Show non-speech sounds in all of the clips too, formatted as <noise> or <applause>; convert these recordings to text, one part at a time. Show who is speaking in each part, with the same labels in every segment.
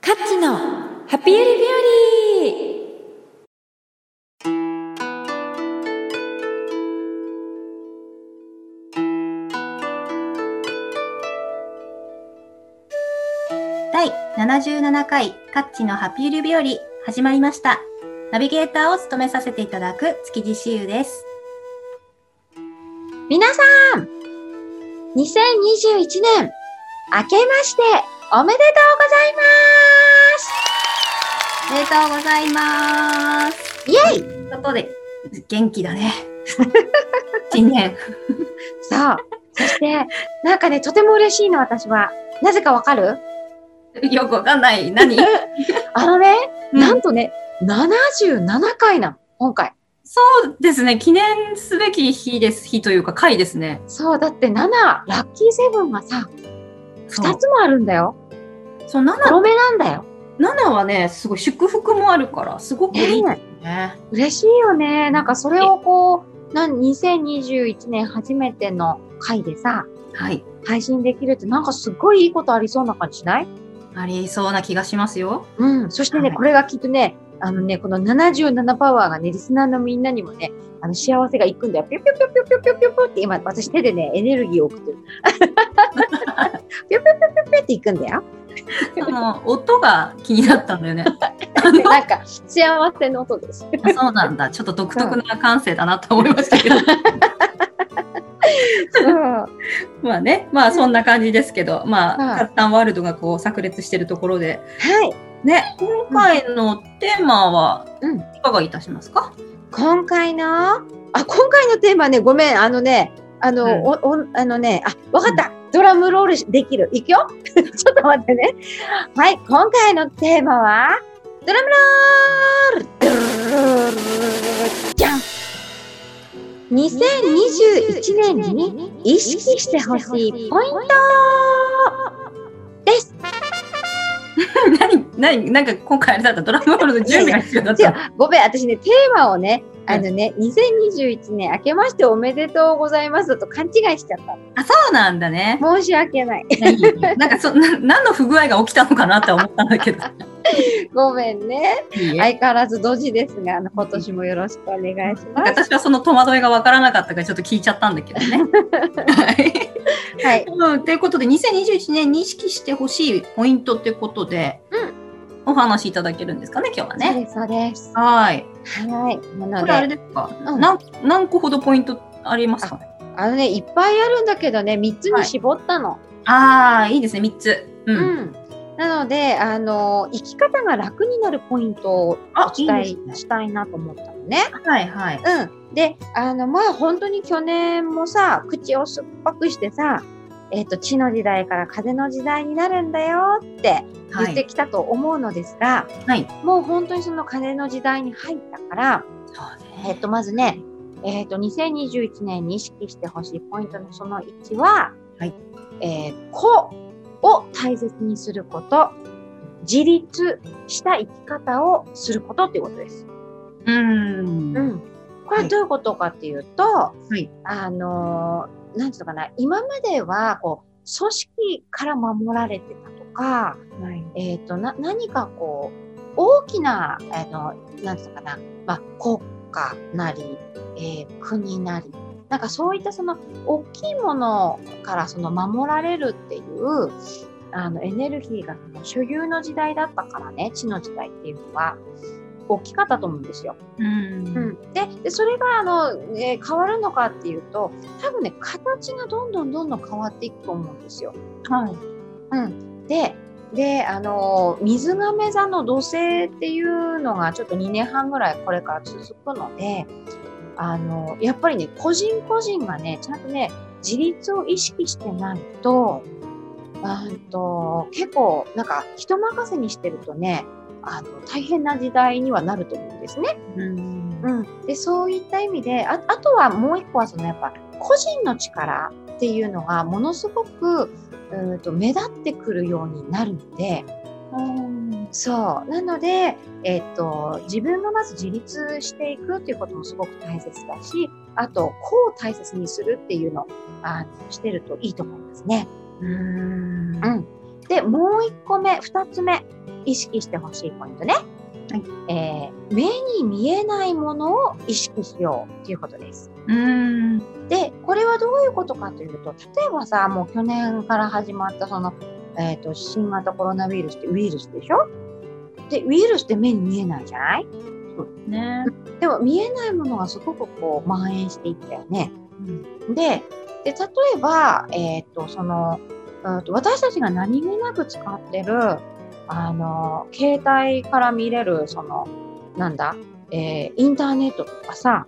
Speaker 1: カッチのハッピーエリビューリー
Speaker 2: 第77回カッチのハッピール日和始まりました。ナビゲーターを務めさせていただく築地しゆです。
Speaker 3: 皆さん !2021 年明けましておめでとうございま
Speaker 2: おめでとうございます。
Speaker 3: すイェイ
Speaker 2: ということで、元気だね。 <laughs> 新年。
Speaker 3: そうそして、なんかね、とても嬉しいの、私は。なぜかわかる
Speaker 2: よくわかんない。何
Speaker 3: あのね、
Speaker 2: な
Speaker 3: <laughs> なんんとね、77回なの、今回。
Speaker 2: そうですね。記念すべき日です。日というか、回ですね。
Speaker 3: そう、だって7、ラッキーセブンがさ、
Speaker 2: そ
Speaker 3: 2
Speaker 2: う。
Speaker 3: つもあるんだよ。
Speaker 2: そう、7、
Speaker 3: 黒目なんだよ。
Speaker 2: 7はね、すごい祝福もあるから、すごくいい
Speaker 3: ね
Speaker 2: ね。
Speaker 3: 嬉しいよね。なんかそれをこう、なん2021年初めての回でさ、
Speaker 2: はい。
Speaker 3: 配信できるってなんかすごいいいことありそうな感じしない
Speaker 2: ありそうな気がしますよ。
Speaker 3: うん。そしてね、
Speaker 2: はい
Speaker 3: これがきっとね、あのね、この77パワーがね、リスナーのみんなにもね、あの幸せがいくんだよ。ぴょぴょぴょぴょぴょぴょぴょぴょって今、私手でね、エネルギーを送ってる。ぴょぴょぴょぴょぴょっていくんだよ。
Speaker 2: あの、音が気になったんだよね。
Speaker 3: なんか、幸せの音です。
Speaker 2: あそうなん <laughs> だ。ちょっと独特な感性だなと思いましたけど。
Speaker 3: う
Speaker 2: <laughs> まあね、まあそんな感じですけど、
Speaker 3: は
Speaker 2: まあ、
Speaker 3: い
Speaker 2: カッタンワールドがこう炸裂してるところで、
Speaker 3: ん。はい。
Speaker 2: ね、今回のテーマは、
Speaker 3: うん
Speaker 2: いかがいたしますか
Speaker 3: 今回の、あ、今回のテーマね、ごめん、あのね、あの、
Speaker 2: うん
Speaker 3: おおあのね、あ、わかった、ドラムロールできる。いくよちょっと待ってね。はい、今回のテーマは、ドラムロールドゥルルルルルルルルルじゃん !2021 年に意識してほしいポイントです。
Speaker 2: 何、何、なんか今回あれだった、ドラムロールの準備が必要だっ
Speaker 3: 違う
Speaker 2: た。、
Speaker 3: ごめん、私ね、テーマをね、あのね、2021年明けましておめでとうございますだと勘違いしちゃった。
Speaker 2: あ、そうなんだね。
Speaker 3: 申し訳
Speaker 2: <laughs>
Speaker 3: ない。
Speaker 2: なんかそ、な何の不具合が起きたのかなって思ったんだ <laughs> けど。
Speaker 3: ごめんね。
Speaker 2: いいえ
Speaker 3: 相変わらずドジですが、あの今年もよろしくお願いし
Speaker 2: なん
Speaker 3: ま
Speaker 2: か
Speaker 3: す。
Speaker 2: 私はその戸惑いがわからなかったからちょっと聞いちゃったんだけど <laughs> ね。はい
Speaker 3: はい。
Speaker 2: うんということで2021年に意識してほしいポイントってことで、お話しいただけるんですかね今日は
Speaker 3: そう
Speaker 2: ね。
Speaker 3: です、そうです。
Speaker 2: はい。
Speaker 3: はい。なの
Speaker 2: これあれ
Speaker 3: で、
Speaker 2: ですか、
Speaker 3: うん
Speaker 2: なん何個ほどポイントありますかね
Speaker 3: あのね、いっぱいあるんだけどね、3つに絞ったの。
Speaker 2: ああーいいですね3つ。う。
Speaker 3: うんん。なので、あの、生き方が楽になるポイントを
Speaker 2: あ
Speaker 3: お伝え
Speaker 2: いいですね
Speaker 3: したいなと思ったのね。
Speaker 2: はいはい。
Speaker 3: うん。で、あの、まあ、本当に去年もさ、口を酸っぱくしてさ、えっ、と、地の時代から風の時代になるんだよって
Speaker 2: は
Speaker 3: 言って
Speaker 2: い。
Speaker 3: きたと思うのですが、
Speaker 2: はい、
Speaker 3: もう本当にその風の時代に入ったから、
Speaker 2: そう
Speaker 3: えっ
Speaker 2: ね。
Speaker 3: と、まずね、えっと、2021年に意識してほしいポイントのその1は、
Speaker 2: はい
Speaker 3: えー個を大切にすること、自立した生き方をすることっていうことです。
Speaker 2: うーん。
Speaker 3: う
Speaker 2: うん
Speaker 3: ん。これはどういうことかっていうと、
Speaker 2: い
Speaker 3: あのーなんていうのかな、今までは、こう、組織から守られてたとか、
Speaker 2: はい。
Speaker 3: えっ、と、な、何かこう、大きな、あの、なんていうのかな、まあ、国家なり、えー国なり、なんかそういったその、大きいものからその守られるっていう、あの、エネルギーがその所有の時代だったからね、地の時代っていうのは、大きかったと思うんですよ。
Speaker 2: うん。
Speaker 3: ででそれがあの、えー変わるのかっていうと多分ね形がどんどんどんどん変わっていくと思うんですよ。
Speaker 2: はい。
Speaker 3: でであのー水亀座の土星っていうのがちょっと2年半ぐらいこれから続くのであのーやっぱりね個人個人がねちゃんとね自立を意識してないとうんと結構なんか人任せにしてるとねあの大変な時代にはなると思うんですね。
Speaker 2: うん。
Speaker 3: うん、でそういった意味でああとはもう一個はそのやっぱ個人の力っていうのがものすごくうーんと目立ってくるようになるのでそうなので、えっと自分がまず自立していくっていうこともすごく大切だしあとこう大切にするっていうのをあのしてるといいと思いますね。
Speaker 2: うん。
Speaker 3: うん、で、もう1個目、2つ目、意識してほしいポイントね。えー目に見えないものを意識しようっていうことです。
Speaker 2: うーん。
Speaker 3: で、これはどういうことかというと、例えばさ、もう去年から始まったその、えっ、と、新型コロナウイルスってウイルスでしょで、ウイルスって目に見えないじゃない
Speaker 2: ね。
Speaker 3: でも見えないものがすごくこう蔓延していったよね。でで例えば、えー、とそのうんと私たちが何気なく使ってるあの携帯から見れるそのなんだ、えーインターネットとかさ、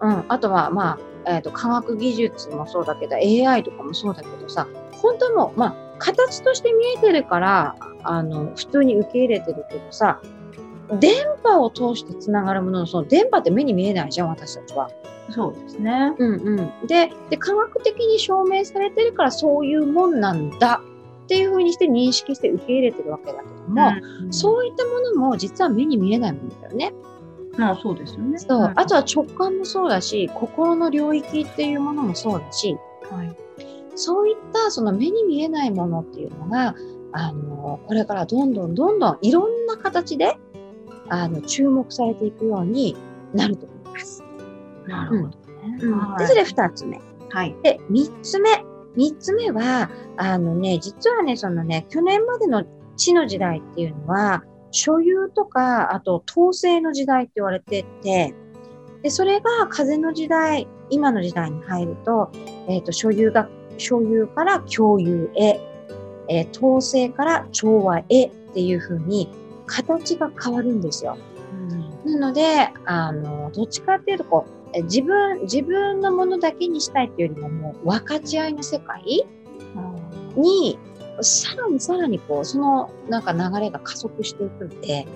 Speaker 3: うんあとは、まあえー、と科学技術もそうだけど AI とかもそうだけどさ本当にもう、まあ、形として見えてるからあの普通に受け入れてるけどさ電波を通してつながるもののその電波って目に見えないじゃん私たちは。
Speaker 2: そうですね。
Speaker 3: うんうん、でで科学的に証明されてるからそういうもんなんだっていうふうにして認識して受け入れてるわけだけども、
Speaker 2: うん
Speaker 3: そういったものも実は目に見えないものだよね。
Speaker 2: まあそうですよね。
Speaker 3: そうあと
Speaker 2: は、
Speaker 3: は直感もそうだし心の領域っていうものもそうだし
Speaker 2: はい、
Speaker 3: そういったその目に見えないものっていうのがあのこれからどんどんどんどんいろんな形であの注目されていくようになると思います。
Speaker 2: なるほどね。はい
Speaker 3: でそれ2つ目。
Speaker 2: はい。
Speaker 3: で、三つ目。三つ目は、あのね、実はね、そのね、去年までの地の時代っていうのは、所有とか、あと統制の時代って言われてて、で、それが風の時代、今の時代に入ると、えっ、と、所有が、所有から共有へ、えー統制から調和へっていうふうに、形が変わるんですよ。なので、あの、どっちかっていうと、こう、え自分、自分のものだけにしたいっていうよりも、もう分かち合いの世界に、さらにさらにこう、その、なんか流れが加速していくので、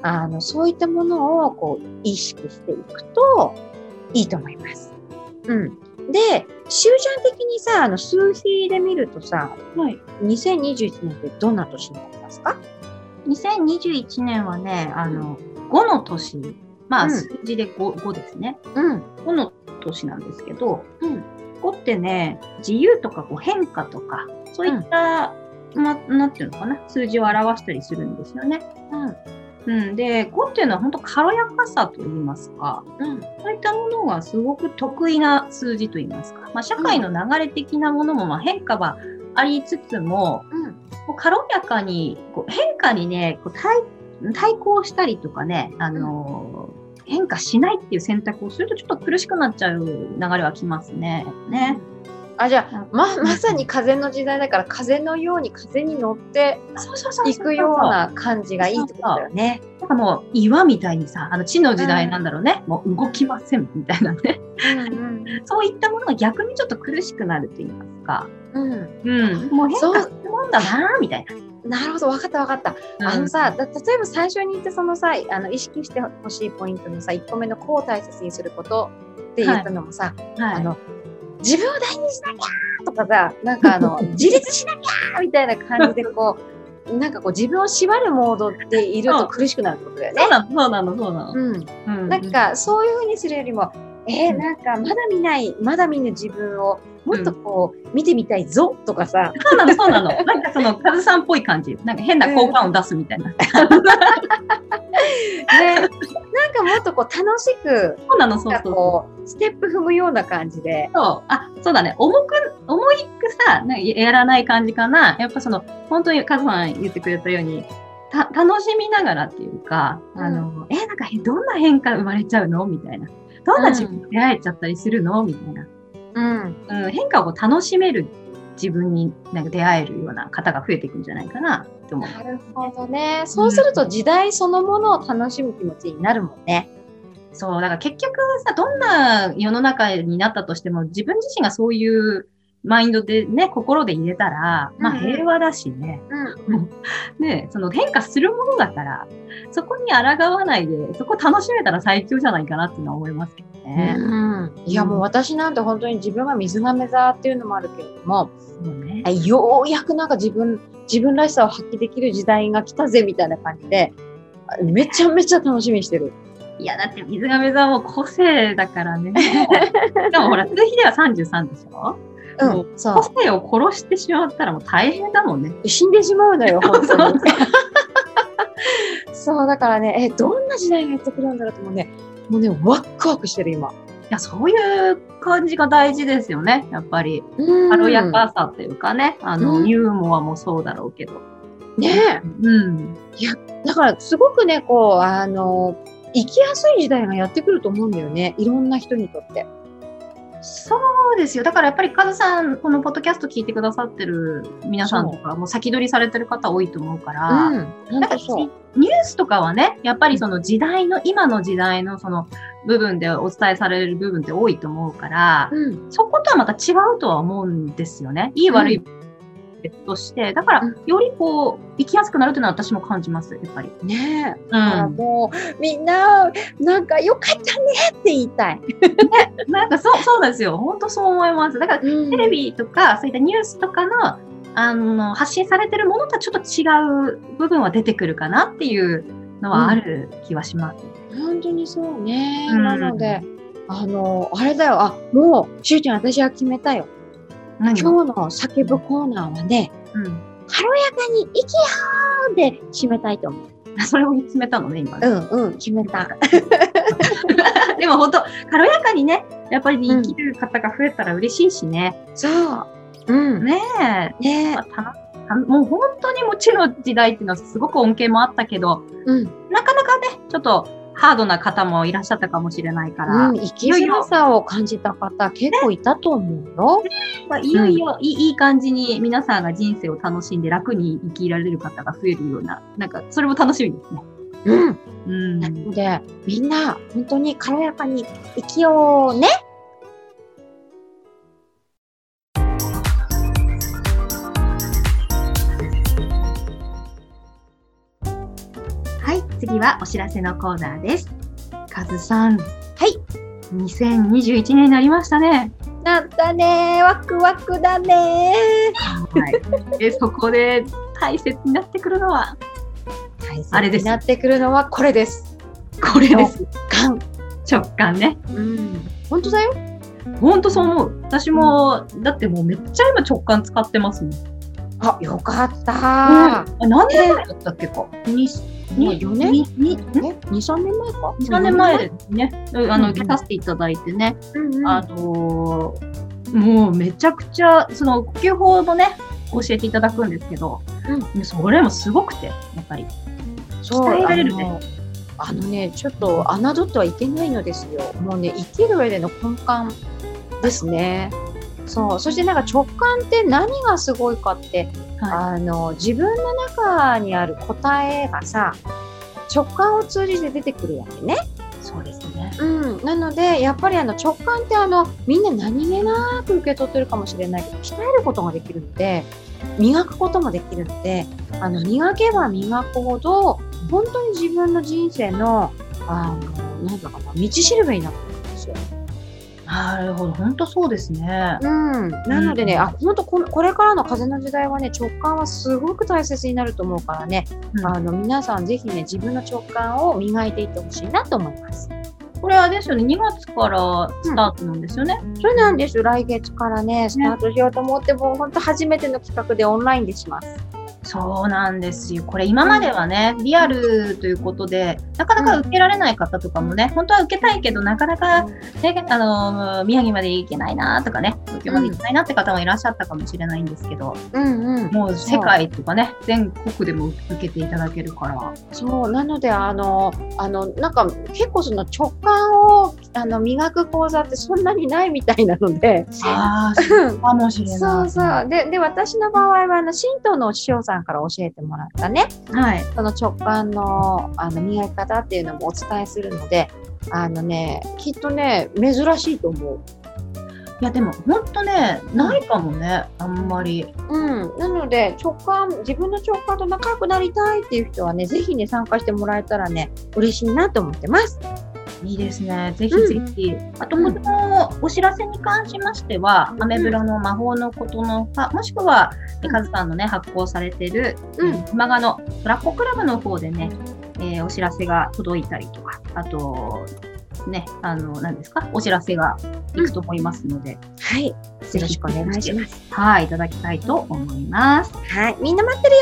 Speaker 3: あの、そういったものを、こう、意識していくと、いいと思います。うん。で、しゅうちゃん的にさ、あの、数比で見るとさ、
Speaker 2: はい。
Speaker 3: 2021年ってどんな年になりますか
Speaker 2: 2021年はね、あの、5の年、ま
Speaker 3: うん
Speaker 2: あ数字で 5, 5ですね。
Speaker 3: うん。
Speaker 2: 5の年なんですけど、
Speaker 3: うん。
Speaker 2: 5ってね、自由とかこう変化とか、そういった、ま、なんていうのかな、数字を表したりするんですよね。
Speaker 3: うん。
Speaker 2: うん、で、5っていうのは本当軽やかさと言いますか、
Speaker 3: うん。
Speaker 2: そういったものがすごく得意な数字と言いますか、まあ、社会の流れ的なものもまあ変化はありつつも、
Speaker 3: うん。
Speaker 2: こう軽やかに、こう変化にね、こう対対抗したりとかね、あのー変化しないっていう選択をするとちょっと苦しくなっちゃう流れはきますね。ね。
Speaker 3: あ、じゃあ、ままさに風の時代だから風のように風に乗って
Speaker 2: そうそうそうそう
Speaker 3: いくよう。な感じがいいってことだよね。
Speaker 2: なんかもう岩みたいにさ、あの地の時代なんだろうね。もう動きませんみたいなね。 <laughs>
Speaker 3: うん
Speaker 2: そういったものが逆にちょっと苦しくなると言いますか。
Speaker 3: うんう
Speaker 2: うん。もう変
Speaker 3: そう
Speaker 2: 化するもんだなみたい
Speaker 3: んなるほど分かった分かった。
Speaker 2: な。
Speaker 3: あのさだ例えば最初に言ってそのさあの意識してほしいポイントのさ1個目の「こう大切にすること」って言ったのもさ、
Speaker 2: うん、はい、
Speaker 3: あの自分を大事にしなきゃとかさなんかあ
Speaker 2: <laughs>
Speaker 3: の自立しなきゃみたいな感じでこうなんかこう自分を縛るモードでいると苦しくなるってことだよね
Speaker 2: そう。なの、そうなの、そうなの。
Speaker 3: うん
Speaker 2: う
Speaker 3: なん、かそういうふうにするよりも、えー
Speaker 2: うん
Speaker 3: なんかまだ見ない、まだ見ぬ自分をもっとこう、見てみたいぞとかさ、
Speaker 2: そうなの、そうなの。なんかその、カズさんっぽい感じ。なんか変な効果音出すみたいな。
Speaker 3: ね、 <laughs> なんかもっとこう楽しく、
Speaker 2: そうなの、そう
Speaker 3: なんか
Speaker 2: そうそう。
Speaker 3: こう、ステップ踏むような感じで。
Speaker 2: そうあそうだね重く重いくさなんかやらない感じかなやっぱその本当にカズさん言ってくれたようにた楽しみながらっていうか、あのえなんかへどんな変化生まれちゃうのみたいなどんな自分と出会えちゃったりするのみたいな、
Speaker 3: うん、
Speaker 2: うん、変化をこう楽しめる自分になんか出会えるような方が増えていくんじゃないかなって思う。
Speaker 3: なるほどね。そうすると時代そのものを楽しむ気持ちになるもんね。
Speaker 2: そう、だから結局さ、どんな世の中になったとしても、自分自身がそういうマインドでね、心で入れたら、まあ
Speaker 3: うん
Speaker 2: 平和だしね、ね、その変化するものだから、そこに抗わないで、そこ楽しめたら最強じゃないかなっていうのは思いますけどね。
Speaker 3: うん、いやもう私なんて本当に自分が水亀座っていうのもあるけれども、
Speaker 2: そうね。
Speaker 3: ようやくなんか自分、自分らしさを発揮できる時代が来たぜみたいな感じで、めちゃめちゃ楽しみにしてる。
Speaker 2: いや、だって水亀座はもう個性だからね。でもほら、数比では33でしょ
Speaker 3: うん、そ
Speaker 2: 個性を殺してしまったらもう大変だもんね。
Speaker 3: う。死んでしまう <laughs> のよ、本
Speaker 2: そ
Speaker 3: 当
Speaker 2: う
Speaker 3: に。そう、だからね、え、どんな時代がやってくるんだろうともうね、もうね、ワックワクしてる、今。
Speaker 2: いや、そういう感じが大事ですよね、やっぱり。軽やかさっていうかね、あの、
Speaker 3: うん
Speaker 2: ユーモアもそうだろうけど。
Speaker 3: ね
Speaker 2: うん。
Speaker 3: えだから、すごくね、こう、あの、生きやすい時代がやってくると思うんだよね。いろんな人にとって。
Speaker 2: そうですよ。だからやっぱりカズさん、このポッドキャスト聞いてくださってる皆さんとか、もう先取りされてる方多いと思うから、
Speaker 3: うん。
Speaker 2: なんか
Speaker 3: そう。
Speaker 2: ニュースとかはね、やっぱりその時代の、今の時代のその部分でお伝えされる部分って多いと思うから、
Speaker 3: うん。
Speaker 2: そことはまた違うとは思うんですよね。いい悪い別として。だから
Speaker 3: うん、
Speaker 2: よりこう、生きやすくなるというのは私も感じます、やっぱり。
Speaker 3: ねえ。
Speaker 2: う
Speaker 3: だから
Speaker 2: ん。
Speaker 3: もう、みんな、なんか、よかったねって言いたい。
Speaker 2: なんかそう、そうですよ。本当そう思います。だから、
Speaker 3: うん
Speaker 2: テレビとか、そういったニュースとかの、あの、発信されてるものとはちょっと違う部分は出てくるかなっていうのはある気はします。
Speaker 3: 本当にそうね。
Speaker 2: うん
Speaker 3: なので、あの、あれだよ。あ、もう、しゅうちゃん、私は決めたよ。
Speaker 2: 何が
Speaker 3: 今日の叫ぶコーナーはね、
Speaker 2: うん。 <laughs>
Speaker 3: 軽やかに、息きやーで締めたいと思う。
Speaker 2: それを決めたのね、今ね。
Speaker 3: ん、うん、決めた。
Speaker 2: でも本当、軽やかにね、やっぱり生きる方が増えたら嬉しいしね。
Speaker 3: そう。うん。ね
Speaker 2: ねえ。
Speaker 3: え
Speaker 2: まあ、たたもう本当にもちろん時代っていうのはすごく恩恵もあったけど、
Speaker 3: うん。
Speaker 2: なかなかね、ちょっとハードな方もいらっしゃったかもしれないから、
Speaker 3: うん、生きづらさを感じた方結構いたと思うよ。
Speaker 2: まあ、いよいよいい,、いい感じに皆さんが人生を楽しんで楽に生きられる方が増えるような、なんかそれも楽しみですね。
Speaker 3: うん。
Speaker 2: うん
Speaker 3: なので、みんな、本当に軽やかに生きようね。。
Speaker 2: はい、次はお知らせのコーナーです。カズさん。はい2021年になりましたね。
Speaker 3: なったねー。ワクワクだねー。
Speaker 2: はい。え、そこで大切になってくるのは、あれです
Speaker 3: になってくるのはこれです。
Speaker 2: これです。
Speaker 3: ガン。
Speaker 2: 直感ね。
Speaker 3: うん。本当だよ。
Speaker 2: ほんとそう思う。私も、だってもうめっちゃ今直感使ってますもん。
Speaker 3: あ、よかった
Speaker 2: あ
Speaker 3: ー。
Speaker 2: 何年前だったっけか。に
Speaker 3: もう4年
Speaker 2: にに
Speaker 3: え、
Speaker 2: に
Speaker 3: 2、3年前か
Speaker 2: 2 3年前ですね。うんあ
Speaker 3: う
Speaker 2: の、
Speaker 3: ん
Speaker 2: 受けさせていただいてね。
Speaker 3: うんうん
Speaker 2: あのーもうめちゃくちゃ、その、呼吸法もね、教えていただくんですけど、それもすごくて、やっぱり。
Speaker 3: そう
Speaker 2: 鍛えられるね
Speaker 3: あのあのねちょっと侮ってはいけないのですよもうね生きる上での根幹ですねそうそしてなんか直感って何がすごいかって、
Speaker 2: は
Speaker 3: あの自分の中にある答えがさ直感を通じて出てくるわけね、
Speaker 2: そうですね。
Speaker 3: うん、なのでやっぱりあの直感ってあのみんな何気なく受け取ってるかもしれないけど鍛えることができるので磨くこともできるのであの磨けば磨くほど本当に自分の人生のあのなんだかな道しるべになってくるんですよ。
Speaker 2: なるほど。ほんとそうですね。
Speaker 3: うん、なのでね、あ本当このこれからの風の時代はね直感はすごく大切になると思うからね、
Speaker 2: うん
Speaker 3: あの皆さんぜひね自分の直感を磨いていってほしいなと思います。
Speaker 2: これあれですよね、2月からスタートなんですよね。
Speaker 3: そうなんですよ。来月からね、スタートしようと思って、もう本当初めての企画でオンラインでします。
Speaker 2: そうなんですよ。これ今まではね、リアルということで、なかなか受けられない方とかもね、本当は受けたいけど、なかなか、ね、あのー、宮城まで行けないなとかね、東京まで行けないなって方もいらっしゃったかもしれないんですけど、
Speaker 3: うんうん。
Speaker 2: もう世界とかね、全国でも受けていただけるから。
Speaker 3: そう、なので、あの、あの、なんか結構その直感を、あの、磨く講座ってそんなにないみたいなので。
Speaker 2: ああ、そうかもしれ
Speaker 3: そ
Speaker 2: な
Speaker 3: う
Speaker 2: い。
Speaker 3: そう。で、で、私の場合は、あの、神道のお師匠さんから教えてもらったね、
Speaker 2: はい。
Speaker 3: その直感の、あの、磨き方っていうのもお伝えするので、あのね、きっとね、珍しいと思う。
Speaker 2: いや、でも本当ね、ないかもね、あんまり。
Speaker 3: うん、なので直感自分の直感と仲良くなりたいっていう人はねぜひね参加してもらえたらね嬉しいなと思ってます。
Speaker 2: いいですね。ぜひ
Speaker 3: うん
Speaker 2: ぜひ。あと、このお知らせに関しましては、アメブロの魔法のことのか、もしくは、えカズさんのね、発行されてる、
Speaker 3: う
Speaker 2: うんん、熊賀のトラッコクラブの方でね、えーお知らせが届いたりとか、あと、ですね、あの、何ですか、お知らせがいくと思いますので、
Speaker 3: はい。よ
Speaker 2: ぜ
Speaker 3: ろ
Speaker 2: ひ
Speaker 3: しくお願いします。
Speaker 2: はい、いただきたいと思います。
Speaker 3: はい。みんな待ってるよ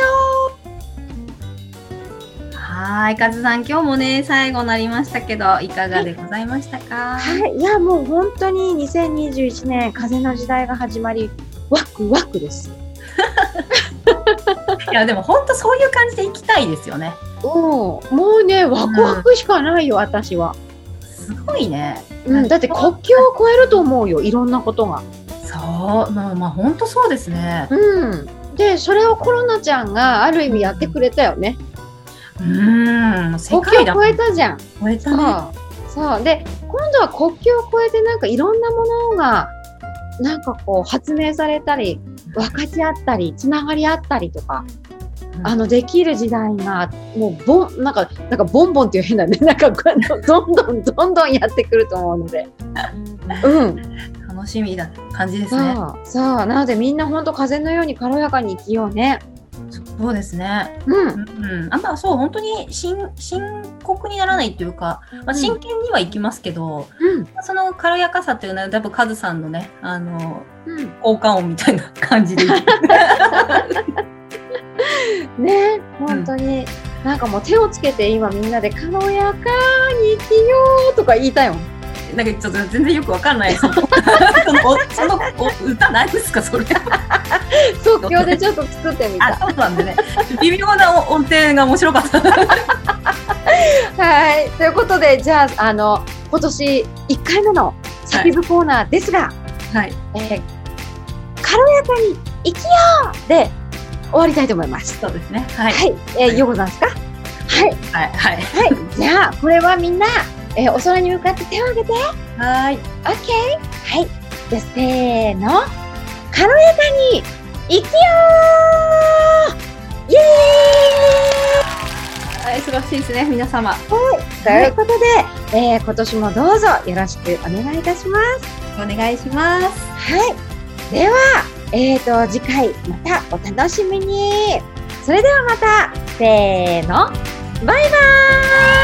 Speaker 2: はい、カズさん、今日もね、最後になりましたけど、いかがでございましたか
Speaker 3: はい。いや、もう本当に2021年、風の時代が始まり、ワクワクです。
Speaker 2: いや、でも本当そういう感じで行きたいですよね。
Speaker 3: うん。もうね、ワクワクしかないよ、私は。
Speaker 2: すごいね。
Speaker 3: うん。だって国境を越えると思うよ、いろんなことが。
Speaker 2: そう、まあまあ本当そうですね。
Speaker 3: うん。で、それをコロナちゃんがある意味やってくれたよね。
Speaker 2: うーん、世
Speaker 3: 国
Speaker 2: 界
Speaker 3: 境
Speaker 2: だ
Speaker 3: を越えたじゃん。
Speaker 2: 超えたね。
Speaker 3: そう。そう。で、今度は国境を越えてなんかいろんなものが、なんかこう発明されたり、分かち合ったり、つながり合ったりとか、
Speaker 2: うん
Speaker 3: あの、できる時代が、もうボン、なんか、なんかボンボンっていう変だね。 <laughs> なんかこう、どんどんどんどんやってくると思うので。うん。
Speaker 2: 楽しみだ感じです
Speaker 3: そ
Speaker 2: ね。
Speaker 3: う。そう。なのでみんなほんと風のように軽やかに生きようね。
Speaker 2: そうですね。
Speaker 3: うん
Speaker 2: う。ん、あんまそう本当に深深刻にならないっていうか、まあ、
Speaker 3: ん
Speaker 2: 真剣にはいきますけど、
Speaker 3: うん。
Speaker 2: その軽やかさっていうのは多分カズさんのねあの
Speaker 3: うん。
Speaker 2: 効果音みたいな感じで <laughs>
Speaker 3: ね本当に、なんかもう手をつけて今みんなで軽やかに生きようとか言いたいもん
Speaker 2: なんかちょっと全然よくわかんないそのそのおそのお歌何ですかそ <laughs> れ
Speaker 3: 即興でちょっと作ってみ
Speaker 2: あ
Speaker 3: た
Speaker 2: そうなんでね微妙な音程が面白かった
Speaker 3: はいということでじゃああの今年1回目の叫ぶコーナーですが、
Speaker 2: はい
Speaker 3: えー軽やかに生きようで終わりたいと思います
Speaker 2: そうですねはい
Speaker 3: はい、えー、ようござんすかはい
Speaker 2: はいは
Speaker 3: は
Speaker 2: い
Speaker 3: いじゃあこれはみんな、えーお空に向かって手を挙げて
Speaker 2: はい
Speaker 3: OK! はい。じゃあ、せーの。軽やかに、生きようイエ
Speaker 2: はい素晴らしいですね皆様
Speaker 3: ーイということで、えー今年もどうぞよろしくお願いいたします。
Speaker 2: お願いします
Speaker 3: はい。では、えーと、次回またお楽しみに。それではまた、せーの。バイバーイ